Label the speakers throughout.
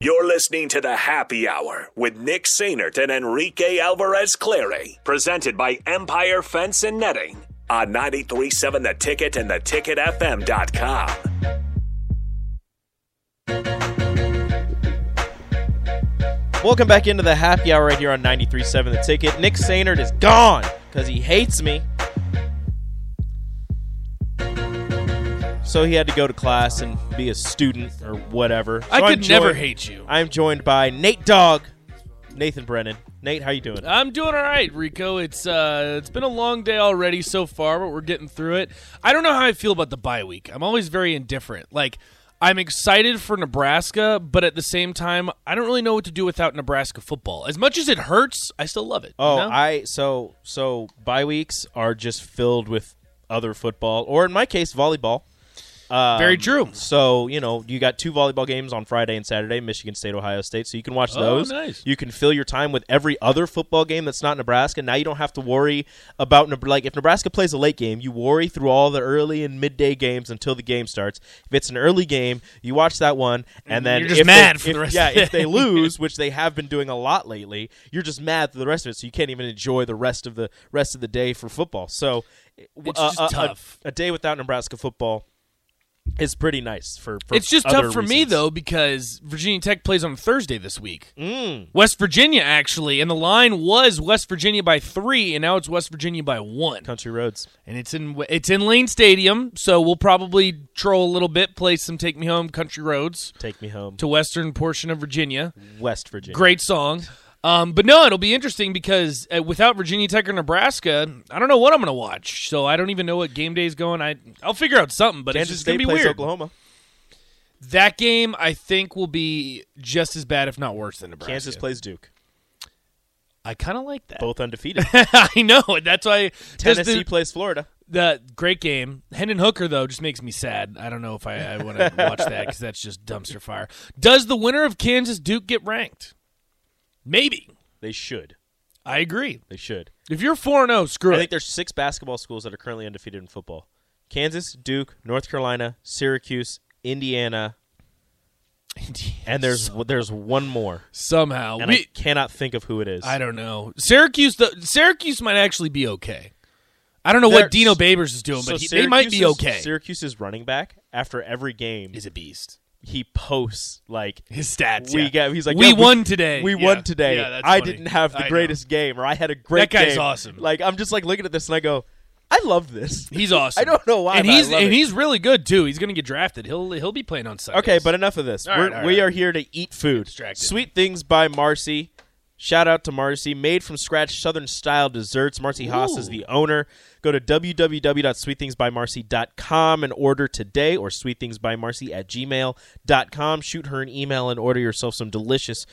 Speaker 1: You're listening to the Happy Hour with Nick Sainert and Enrique Alvarez Clary, presented by Empire Fence and Netting on 937 The Ticket and theticketfm.com.
Speaker 2: Welcome back into the happy hour right here on 93.7 The Ticket. Nick Sainert is gone because he hates me. So he had to go to class and be a student or whatever. So
Speaker 3: I
Speaker 2: I'm
Speaker 3: could never
Speaker 2: joined-
Speaker 3: hate you.
Speaker 2: I'm joined by Nate Dog, Nathan Brennan. Nate, how you doing?
Speaker 3: I'm doing all right, Rico. It's uh, it's been a long day already so far, but we're getting through it. I don't know how I feel about the bye week. I'm always very indifferent. Like I'm excited for Nebraska, but at the same time, I don't really know what to do without Nebraska football. As much as it hurts, I still love it.
Speaker 2: Oh,
Speaker 3: you know?
Speaker 2: I so so bye weeks are just filled with other football, or in my case, volleyball. Um,
Speaker 3: Very true.
Speaker 2: So you know you got two volleyball games on Friday and Saturday, Michigan State, Ohio State. So you can watch
Speaker 3: Oh,
Speaker 2: those.
Speaker 3: nice.
Speaker 2: You can fill your time with every other football game that's not Nebraska. Now you don't have to worry about Neb- like if Nebraska plays a late game, you worry through all the early and midday games until the game starts. If it's an early game, you watch that one, and then
Speaker 3: Mm-hmm. You're just
Speaker 2: if they-
Speaker 3: mad for
Speaker 2: if-
Speaker 3: the rest
Speaker 2: Yeah,
Speaker 3: of the
Speaker 2: if they
Speaker 3: day.
Speaker 2: lose, which they have been doing a lot lately, you're just mad for the rest of it, so you can't even enjoy the rest of the rest of the day for football. So uh,
Speaker 3: It's just tough.
Speaker 2: A, day without Nebraska football is pretty nice for. for
Speaker 3: it's just
Speaker 2: other
Speaker 3: tough for me
Speaker 2: reasons.
Speaker 3: though because Virginia Tech plays on Thursday this week.
Speaker 2: Mm.
Speaker 3: West Virginia actually, and the line was West Virginia by three, and now it's West Virginia by one.
Speaker 2: Country roads.
Speaker 3: and it's in it's in Lane Stadium, so we'll probably troll a little bit, play some "Take Me Home" country roads
Speaker 2: Take me home
Speaker 3: to western portion of Virginia.
Speaker 2: West Virginia.
Speaker 3: Great song, um, but no, it'll be interesting because uh, without Virginia Tech or Nebraska, I don't know what I'm going to watch. So I don't even know what game day is going. I I'll figure out something, but
Speaker 2: Kansas
Speaker 3: it's just
Speaker 2: State
Speaker 3: going to be
Speaker 2: plays
Speaker 3: weird.
Speaker 2: Oklahoma.
Speaker 3: That game I think will be just as bad, if not worse, than Nebraska.
Speaker 2: Kansas plays Duke.
Speaker 3: I kind of like that.
Speaker 2: Both undefeated.
Speaker 3: I know. That's why does the-
Speaker 2: Tennessee plays Florida.
Speaker 3: The great game. Hendon Hooker though just makes me sad. I don't know if I, I want to watch that because that's just dumpster fire. Does the winner of Kansas Duke get ranked? Maybe.
Speaker 2: They should.
Speaker 3: I agree.
Speaker 2: They should.
Speaker 3: If you're four zero, screw
Speaker 2: I
Speaker 3: it.
Speaker 2: think there's six basketball schools that are currently undefeated in football: Kansas, Duke, North Carolina, Syracuse, Indiana, and there's there's one more,
Speaker 3: somehow
Speaker 2: and I
Speaker 3: we,
Speaker 2: cannot think of who it is.
Speaker 3: I, don't know. Syracuse. The Syracuse might actually be okay. I don't know
Speaker 2: They're-
Speaker 3: what Dino Babers is doing,
Speaker 2: So
Speaker 3: but he, they might be
Speaker 2: Syracuse's-
Speaker 3: okay.
Speaker 2: Syracuse's running back after every game,
Speaker 3: He's a beast.
Speaker 2: he posts like
Speaker 3: His stats.
Speaker 2: we
Speaker 3: yeah.
Speaker 2: got. He's like,
Speaker 3: we
Speaker 2: "Yo,
Speaker 3: won today.
Speaker 2: We
Speaker 3: Yeah.
Speaker 2: won today.
Speaker 3: Yeah, that's
Speaker 2: I
Speaker 3: funny.
Speaker 2: didn't have
Speaker 3: I
Speaker 2: the
Speaker 3: know.
Speaker 2: greatest game, or I had a great.
Speaker 3: That guy's
Speaker 2: game."
Speaker 3: awesome.
Speaker 2: Like I'm just like looking at this and I go, I love this.
Speaker 3: He's awesome.
Speaker 2: I don't know why,
Speaker 3: and
Speaker 2: but I
Speaker 3: he's
Speaker 2: love
Speaker 3: and
Speaker 2: it.
Speaker 3: he's really good too. He's going to get drafted. He'll he'll be playing on Sunday.
Speaker 2: Okay, but enough of this.
Speaker 3: All
Speaker 2: We're,
Speaker 3: right, all
Speaker 2: We
Speaker 3: right.
Speaker 2: are here to eat food.
Speaker 3: distracted.
Speaker 2: Sweet things by Marcy. Shout out to Marcy. Made from scratch Southern style desserts. Marcy Haas is
Speaker 3: Ooh.
Speaker 2: the owner. Go to www.sweetthingsbymarcy.com and order today or sweetthingsbymarcy at gmail.com. Shoot her an email and order yourself some delicious,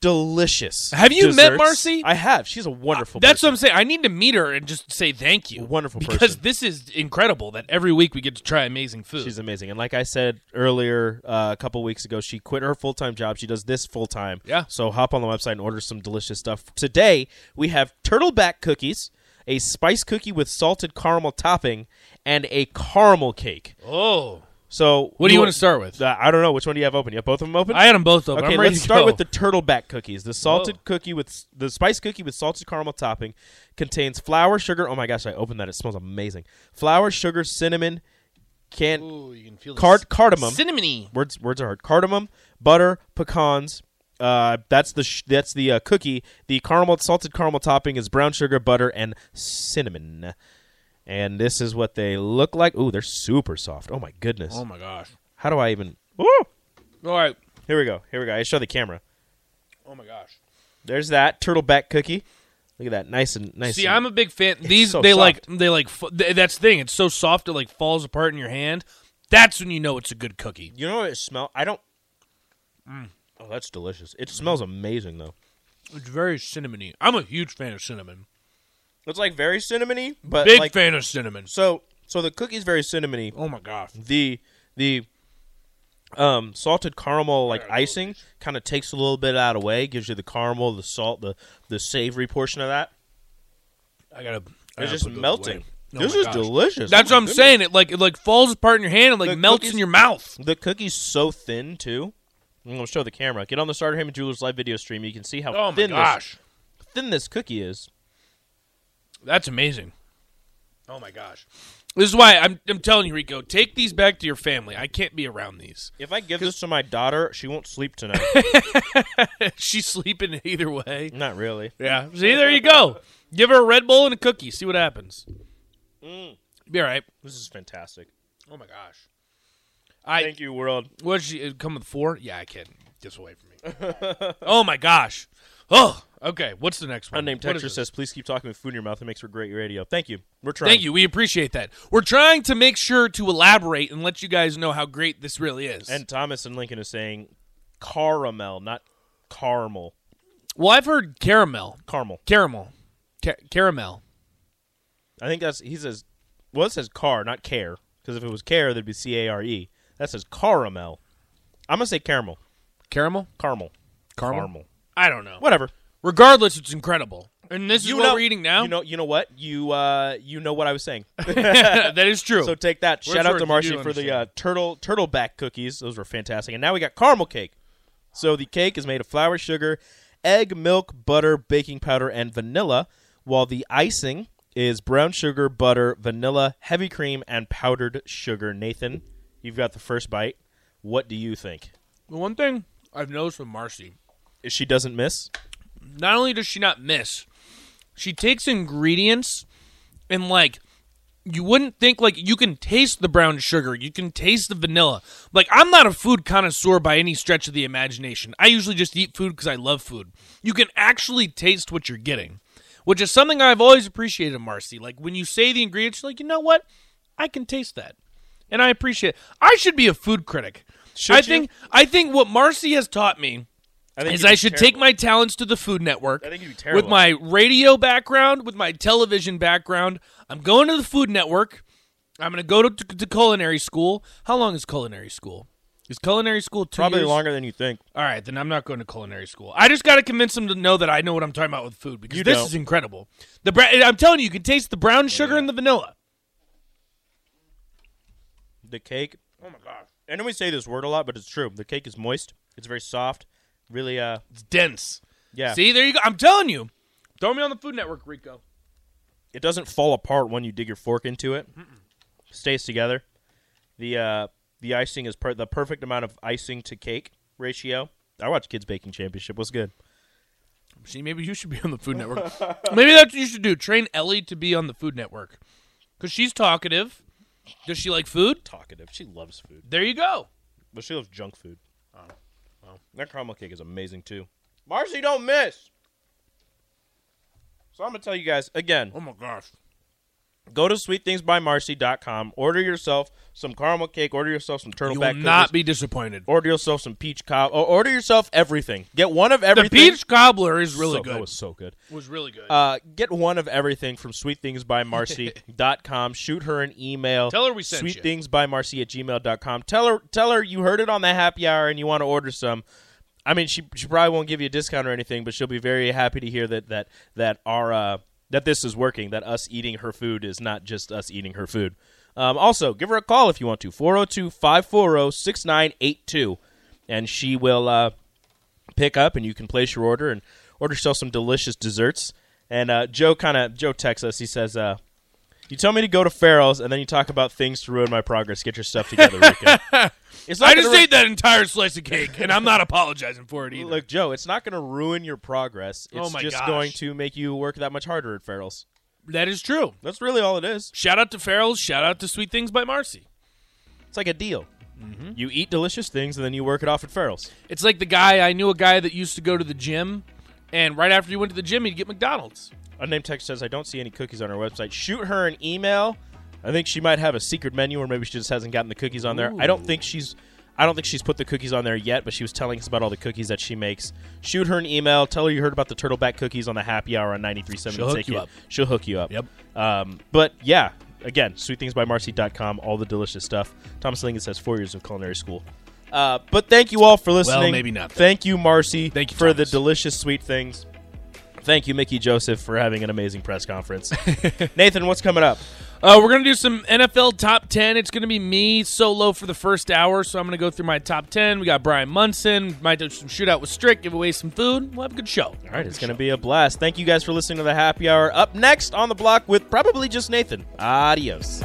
Speaker 2: delicious.
Speaker 3: Have you met
Speaker 2: desserts.
Speaker 3: Marcy? Uh,
Speaker 2: I have. She's a wonderful
Speaker 3: That's
Speaker 2: person.
Speaker 3: what I'm saying. I need to meet her and just say thank you.
Speaker 2: Wonderful
Speaker 3: because
Speaker 2: person.
Speaker 3: this is incredible that every week we get to try amazing food.
Speaker 2: She's amazing. And like I said earlier, uh, a couple weeks ago, she quit her full time job. She does this full time.
Speaker 3: Yeah.
Speaker 2: So hop on the website and order some delicious stuff. Today, we have turtleback cookies, a spice cookie with salted caramel topping, and a caramel cake.
Speaker 3: oh,
Speaker 2: So,
Speaker 3: what do you want to start with?
Speaker 2: Uh, I don't know. Which one do you have open? You have both of them open?
Speaker 3: I had them both open.
Speaker 2: Okay,
Speaker 3: I'm ready
Speaker 2: let's
Speaker 3: to
Speaker 2: start
Speaker 3: go.
Speaker 2: with the turtleback cookies. The salted
Speaker 3: Whoa.
Speaker 2: cookie with the spice cookie with salted caramel topping contains flour, sugar. Oh my gosh, I opened that. It smells amazing. Flour, sugar, cinnamon, can
Speaker 3: Ooh, you can feel the
Speaker 2: card
Speaker 3: c-
Speaker 2: cardamom.
Speaker 3: cinnamony.
Speaker 2: words words are hard. Cardamom, butter, pecans. Uh, that's the sh- that's the uh, cookie. The caramel salted caramel topping is brown sugar, butter, and cinnamon. And this is what they look like. Ooh, they're super soft. Oh my goodness.
Speaker 3: Oh my gosh!
Speaker 2: How do I even? Ooh,
Speaker 3: All right.
Speaker 2: here we go. Here we go. I show the camera.
Speaker 3: Oh my gosh.
Speaker 2: There's that turtleback cookie. Look at that, nice and nice.
Speaker 3: See,
Speaker 2: and-
Speaker 3: I'm a big fan. These
Speaker 2: so
Speaker 3: they
Speaker 2: soft.
Speaker 3: like they like f- th- that's the thing. It's so soft it like falls apart in your hand. That's when you know it's a good cookie.
Speaker 2: You know what it smell? I don't.
Speaker 3: Mm.
Speaker 2: Oh, that's delicious. It smells amazing though.
Speaker 3: It's very cinnamony. I'm a huge fan of cinnamon.
Speaker 2: It's like very cinnamony, but
Speaker 3: Big
Speaker 2: like
Speaker 3: fan of cinnamon.
Speaker 2: so so the cookie's very cinnamony.
Speaker 3: Oh my gosh!
Speaker 2: the the um salted caramel like icing kind of takes a little bit out of the way gives you the caramel the salt the the savory portion of that
Speaker 3: I gotta. I
Speaker 2: it's
Speaker 3: gotta
Speaker 2: just
Speaker 3: put those
Speaker 2: melting
Speaker 3: away. Oh
Speaker 2: this
Speaker 3: my
Speaker 2: is
Speaker 3: gosh.
Speaker 2: delicious
Speaker 3: That's
Speaker 2: Oh my
Speaker 3: what I'm
Speaker 2: goodness.
Speaker 3: saying. It like it like falls apart in your hand and like
Speaker 2: The
Speaker 3: melts
Speaker 2: cookies-
Speaker 3: in your mouth.
Speaker 2: the cookie's so thin too I'm gonna show the camera. Get on the Starter Ham and Jewelers live video stream. You can see how
Speaker 3: Oh my
Speaker 2: thin
Speaker 3: gosh,
Speaker 2: this thin this cookie is.
Speaker 3: that's amazing. Oh my gosh, this is why I'm I'm telling you, Rico, take these back to your family. I can't be around these.
Speaker 2: If I give this to my daughter, she won't sleep tonight.
Speaker 3: She's sleeping either way.
Speaker 2: Not really.
Speaker 3: Yeah. See, there you go. Give her a Red Bull and a cookie. See what happens.
Speaker 2: Mm.
Speaker 3: Be all right.
Speaker 2: This is fantastic.
Speaker 3: Oh my gosh. I
Speaker 2: Thank you, world.
Speaker 3: What did she uh, come with four? Yeah, I can. Gets away from me. oh my gosh. Oh, okay. What's the next one?
Speaker 2: Unnamed
Speaker 3: What is
Speaker 2: texture
Speaker 3: this?
Speaker 2: says, "Please keep talking with food in your mouth. It makes for great radio." Thank you. We're trying.
Speaker 3: Thank you. We appreciate that. We're trying to make sure to elaborate and let you guys know how great this really is.
Speaker 2: And Thomas and Lincoln is saying caramel, not caramel.
Speaker 3: well, I've heard caramel,
Speaker 2: Caramel.
Speaker 3: caramel, Ca- caramel.
Speaker 2: I think that's he says. Well, it says car, not care, because if it was care, there'd be C A R E. That says caramel. I'm gonna say caramel.
Speaker 3: Caramel?
Speaker 2: Caramel.
Speaker 3: Caramel? I don't know.
Speaker 2: Whatever.
Speaker 3: Regardless, it's incredible. And this is what
Speaker 2: know-
Speaker 3: we're eating now.
Speaker 2: You know. You know what? You uh. You know what I was saying.
Speaker 3: that is true.
Speaker 2: so take that.
Speaker 3: Words
Speaker 2: Shout out
Speaker 3: worth,
Speaker 2: to Marcy
Speaker 3: you do
Speaker 2: for the uh,
Speaker 3: understand.
Speaker 2: turtle turtle back cookies. Those were fantastic. And now we got caramel cake. So the cake is made of flour, sugar, egg, milk, butter, baking powder, and vanilla. While the icing is brown sugar, butter, vanilla, heavy cream, and powdered sugar. Nathan, you've got the first bite. What do you think?
Speaker 3: The one thing I've noticed with Marcy
Speaker 2: She doesn't miss.
Speaker 3: not only does she not miss, she takes ingredients and like you wouldn't think like you can taste the brown sugar, you can taste the vanilla. Like I'm not a food connoisseur by any stretch of the imagination. I usually just eat food because I love food. You can actually taste what you're getting, which is something I've always appreciated, Marcy. Like when you say the ingredients, you're like you know what, I can taste that, and I appreciate. I should be a food critic.
Speaker 2: Should
Speaker 3: I
Speaker 2: you?
Speaker 3: think I think what Marcy has taught me
Speaker 2: I think
Speaker 3: is
Speaker 2: you'd be
Speaker 3: I should take
Speaker 2: terrible.
Speaker 3: my talents to the Food Network.
Speaker 2: I think you'd be terrible.
Speaker 3: with my radio background, with my television background. I'm going to the Food Network. I'm going to go to, to, culinary school. How long is culinary school? Is culinary school two
Speaker 2: probably
Speaker 3: years?
Speaker 2: longer than you think.
Speaker 3: All right, then I'm not going to culinary school. I just got to convince them to know that I know what I'm talking about with food because
Speaker 2: You
Speaker 3: this
Speaker 2: don't.
Speaker 3: is incredible. The bra- I'm telling you, you can taste the brown sugar and the vanilla.
Speaker 2: The cake. Oh my gosh. I know we say this word a lot, but it's true. The cake is moist. It's very soft. Really, uh,
Speaker 3: It's dense.
Speaker 2: yeah.
Speaker 3: See, there you go. I'm telling you. Throw me on the Food Network, Rico.
Speaker 2: it doesn't fall apart when you dig your fork into it. Stays together. The uh, the icing is per- the perfect amount of icing to cake ratio. I watched Kids Baking Championship. What's good?
Speaker 3: See, maybe you should be on the Food Network. maybe that's what you should do. Train Ellie to be on the Food Network. Because she's talkative. Does she like food?
Speaker 2: Talkative. She loves food,
Speaker 3: There you go.
Speaker 2: but she loves junk food. Oh, That caramel cake is amazing too. Marcy, don't miss. So I'm gonna tell you guys again.
Speaker 3: Oh my gosh.
Speaker 2: Go to sweetthingsbymarcy.com. Order yourself some caramel cake. Order yourself some turtle
Speaker 3: You will
Speaker 2: back
Speaker 3: not
Speaker 2: cookies,
Speaker 3: be disappointed.
Speaker 2: Order yourself some peach cob. Or order yourself everything. Get one of everything.
Speaker 3: The peach cobbler is really
Speaker 2: So-
Speaker 3: good.
Speaker 2: That was so good.
Speaker 3: was really good.
Speaker 2: Uh, get one of everything from sweetthingsbymarcy.com. Shoot her an email.
Speaker 3: Tell her we sent you.
Speaker 2: Sweetthingsbymarcy at gmail.com. Tell her, tell her you heard it on the happy hour and you want to order some. I mean, she, she probably won't give you a discount or anything, but she'll be very happy to hear that that that our uh, that this is working. That us eating her food is not just us eating her food. Um, also, give her a call if you want to 402 540 6982, and she will uh, pick up and you can place your order and order yourself some delicious desserts. And uh, Joe kind of Joe texts us. He says, uh, "You tell me to go to Farrell's, and then you talk about things to ruin my progress. Get your stuff together, Rico." it's not
Speaker 3: I
Speaker 2: gonna
Speaker 3: just
Speaker 2: ru-
Speaker 3: ate that entire slice of cake, and I'm not apologizing for it either.
Speaker 2: Look, Joe, it's not going to ruin your progress. It's
Speaker 3: Oh my
Speaker 2: just
Speaker 3: gosh.
Speaker 2: going to make you work that much harder at Farrell's.
Speaker 3: that is true.
Speaker 2: That's really all it is.
Speaker 3: Shout out to Farrell's. Shout out to Sweet Things by Marcy.
Speaker 2: It's like a deal.
Speaker 3: Mm-hmm.
Speaker 2: You eat delicious things, and then you work it off at Farrell's.
Speaker 3: It's like the guy I knew a guy that used to go to the gym, and right after he went to the gym, he'd get McDonald's.
Speaker 2: Unnamed text says, I don't see any cookies on her website. Shoot her an email. I think she might have a secret menu, or maybe she just hasn't gotten the cookies on there. I don't think she's. I don't think she's put the cookies on there yet, but she was telling us about all the cookies that she makes. Shoot her an email. Tell her you heard about the turtleback cookies on the happy hour on 93.7.
Speaker 3: She'll
Speaker 2: The
Speaker 3: hook you
Speaker 2: Ticket.
Speaker 3: up.
Speaker 2: She'll hook you up.
Speaker 3: Yep.
Speaker 2: Um, but yeah, again, sweetthingsbymarcy.com, all the delicious stuff. Thomas Lincoln says four years of culinary school. Uh, but thank you all for listening.
Speaker 3: maybe not then.
Speaker 2: Thank you, Marcy,
Speaker 3: Thank you,
Speaker 2: for the
Speaker 3: Thomas.
Speaker 2: delicious sweet things. Thank you, Mickey Joseph, for having an amazing press conference. Nathan, what's coming up?
Speaker 3: Uh, we're gonna do some NFL top ten. It's gonna be me solo for the first hour, so I'm gonna go through my top ten. We got Brian Munson. Might do some shootout with Strick. Give away some food. We'll have a good show.
Speaker 2: All right, it's going to be a blast. Thank you guys for listening to the happy hour. Up next on the block with probably just Nathan. Adios.